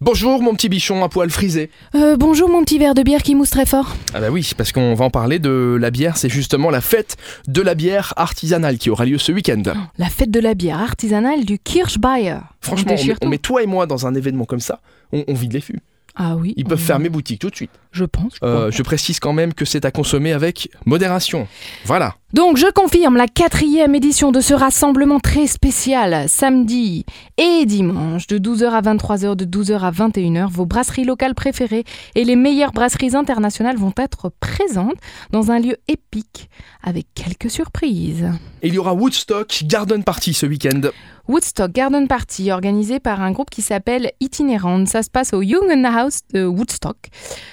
Bonjour mon petit bichon à poil frisé. Euh, bonjour mon petit verre de bière qui mousse très fort. Ah bah oui, parce qu'on va en parler de la bière, c'est justement la fête de la bière artisanale qui aura lieu ce week-end. La fête de la bière artisanale du Kirschbayer. Franchement, on, met- déchire on tout. met toi et moi dans un événement comme ça, on, on vide les fûts. Ah oui. Ils peuvent on- fermer boutique tout de suite. Je pense. je Euh, pense. je précise quand même que c'est à consommer avec modération. Voilà. Donc je confirme la quatrième édition de ce rassemblement très spécial, samedi et dimanche, de 12h à 23h, de 12h à 21h. Vos brasseries locales préférées et les meilleures brasseries internationales vont être présentes dans un lieu épique, avec quelques surprises. Et il y aura Woodstock Garden Party ce week-end. Woodstock Garden Party, organisé par un groupe qui s'appelle Itinérante. Ça se passe au Jungenhaus de Woodstock.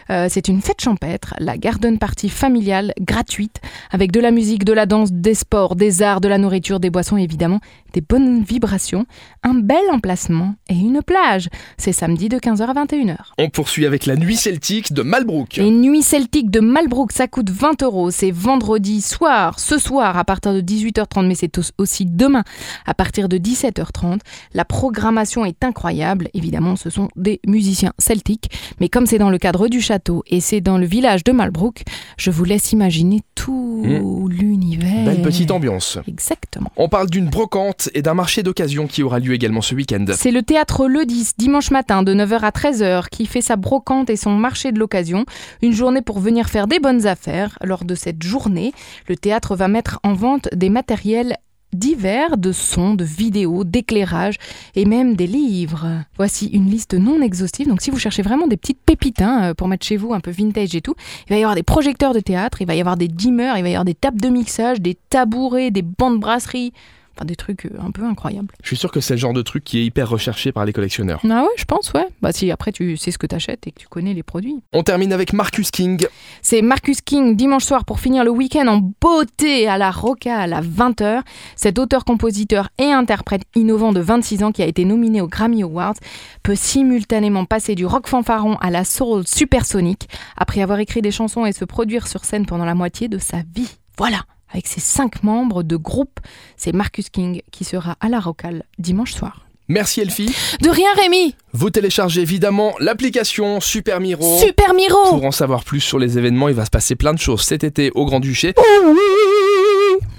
Euh, c'est une fête champêtre, la Garden Party familiale, gratuite, avec de la musique, de la danse, des sports, des arts, de la nourriture, des boissons et évidemment, des bonnes vibrations, un bel emplacement et une plage. C'est samedi de 15h à 21h. On poursuit avec la nuit celtique de Malbrook. Les nuits celtiques de Malbrook, ça coûte 20 euros. C'est vendredi soir, ce soir à partir de 18h30, mais c'est au- aussi demain à partir de 17h30. La programmation est incroyable. Évidemment, ce sont des musiciens celtiques, mais comme c'est dans le cadre du château et c'est dans le village de Malbrook, je vous laisse imaginer tout l'univers. Hmm. Belle petite ambiance. Exactement. On parle d'une brocante et d'un marché d'occasion qui aura lieu également ce week-end. C'est le théâtre Le 10, dimanche matin de 9h à 13h, qui fait sa brocante et son marché de l'occasion. Une journée pour venir faire des bonnes affaires. Lors de cette journée, le théâtre va mettre en vente des matériels divers de sons, de vidéos, d'éclairage et même des livres. Voici une liste non exhaustive, donc si vous cherchez vraiment des petites pépites hein, euh, pour mettre chez vous un peu vintage et tout, il va y avoir des projecteurs de théâtre, il va y avoir des dimmers, il va y avoir des tables de mixage, des tabourets, des bancs de brasserie, enfin des trucs euh, un peu incroyables. Je suis sûr que c'est le genre de truc qui est hyper recherché par les collectionneurs. Ah ouais, je pense, ouais. Bah si après tu sais ce que t'achètes et que tu connais les produits. On termine avec Marcus King. C'est Marcus King dimanche soir pour finir le week-end en beauté à la Rocale à 20h. Cet auteur, compositeur et interprète innovant de 26 ans qui a été nominé aux Grammy Awards peut simultanément passer du rock fanfaron à la soul supersonique après avoir écrit des chansons et se produire sur scène pendant la moitié de sa vie. Voilà, avec ses cinq membres de groupe, c'est Marcus King qui sera à la Rocale dimanche soir. Merci Elfie. De rien Rémi, Vous téléchargez évidemment l'application Super Miro. super Miro. Oh. Pour en savoir plus sur les événements, il va se passer plein de choses cet été au Grand-Duché.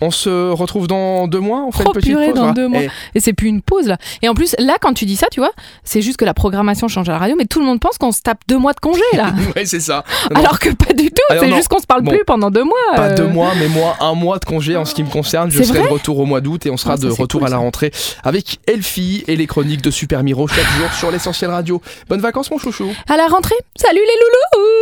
On se retrouve dans deux mois, on fait Oh, une petite purée, pause. dans voilà. deux mois. Eh, Et c'est plus une pause là. Et en plus, là, quand tu dis ça, tu vois, c'est juste que la programmation change à la radio, mais tout le monde pense qu'on se tape deux mois de congé là. ouais, c'est ça. Non, non, Alors que pas du tout, Alors, c'est non. juste qu'on se parle Bon. plus pendant deux mois. Pas euh. deux mois, mais moi, un mois de congé en ce qui me concerne. Je C'est serai de retour au mois d'août et on sera Ah, ça, de c'est retour cool, à la ça. rentrée avec Elfie et les chroniques de Super Miro chaque jour sur l'essentiel radio. Bonnes vacances, mon chouchou. À la rentrée, salut les loulous